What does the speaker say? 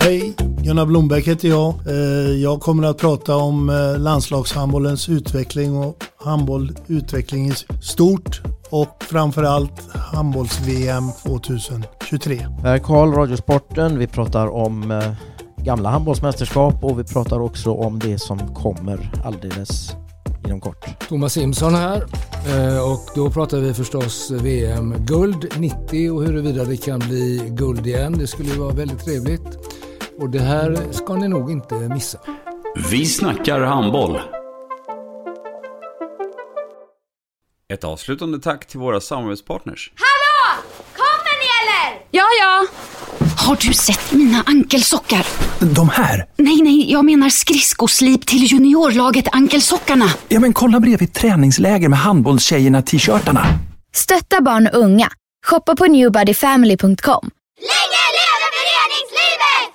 Hej, Gunnar Blomberg heter jag. Eh, Jag kommer att prata om eh, landslagshandbollens utveckling och handboll utveckling i stort och framförallt handbolls-VM 2023. Det här är Karl, Radiosporten. Vi pratar om eh, gamla handbollsmästerskap och vi pratar också om det som kommer alldeles inom kort. Thomas Simson här eh, och då pratar vi förstås VM-guld 90 och huruvida det kan bli guld igen. Det skulle ju vara väldigt trevligt och det här ska ni nog inte missa. Vi snackar handboll. Ett avslutande tack till våra samarbetspartners. Hallå! Kommer ni eller? Ja, ja. Har du sett mina ankelsockar? De här? Nej, nej, jag menar skridskoslip till juniorlaget Ankelsockarna. Ja, men kolla bredvid träningsläger med handbollstjejerna-t-shirtarna. Stötta barn och unga. Shoppa på newbodyfamily.com. Länge leve föreningslivet!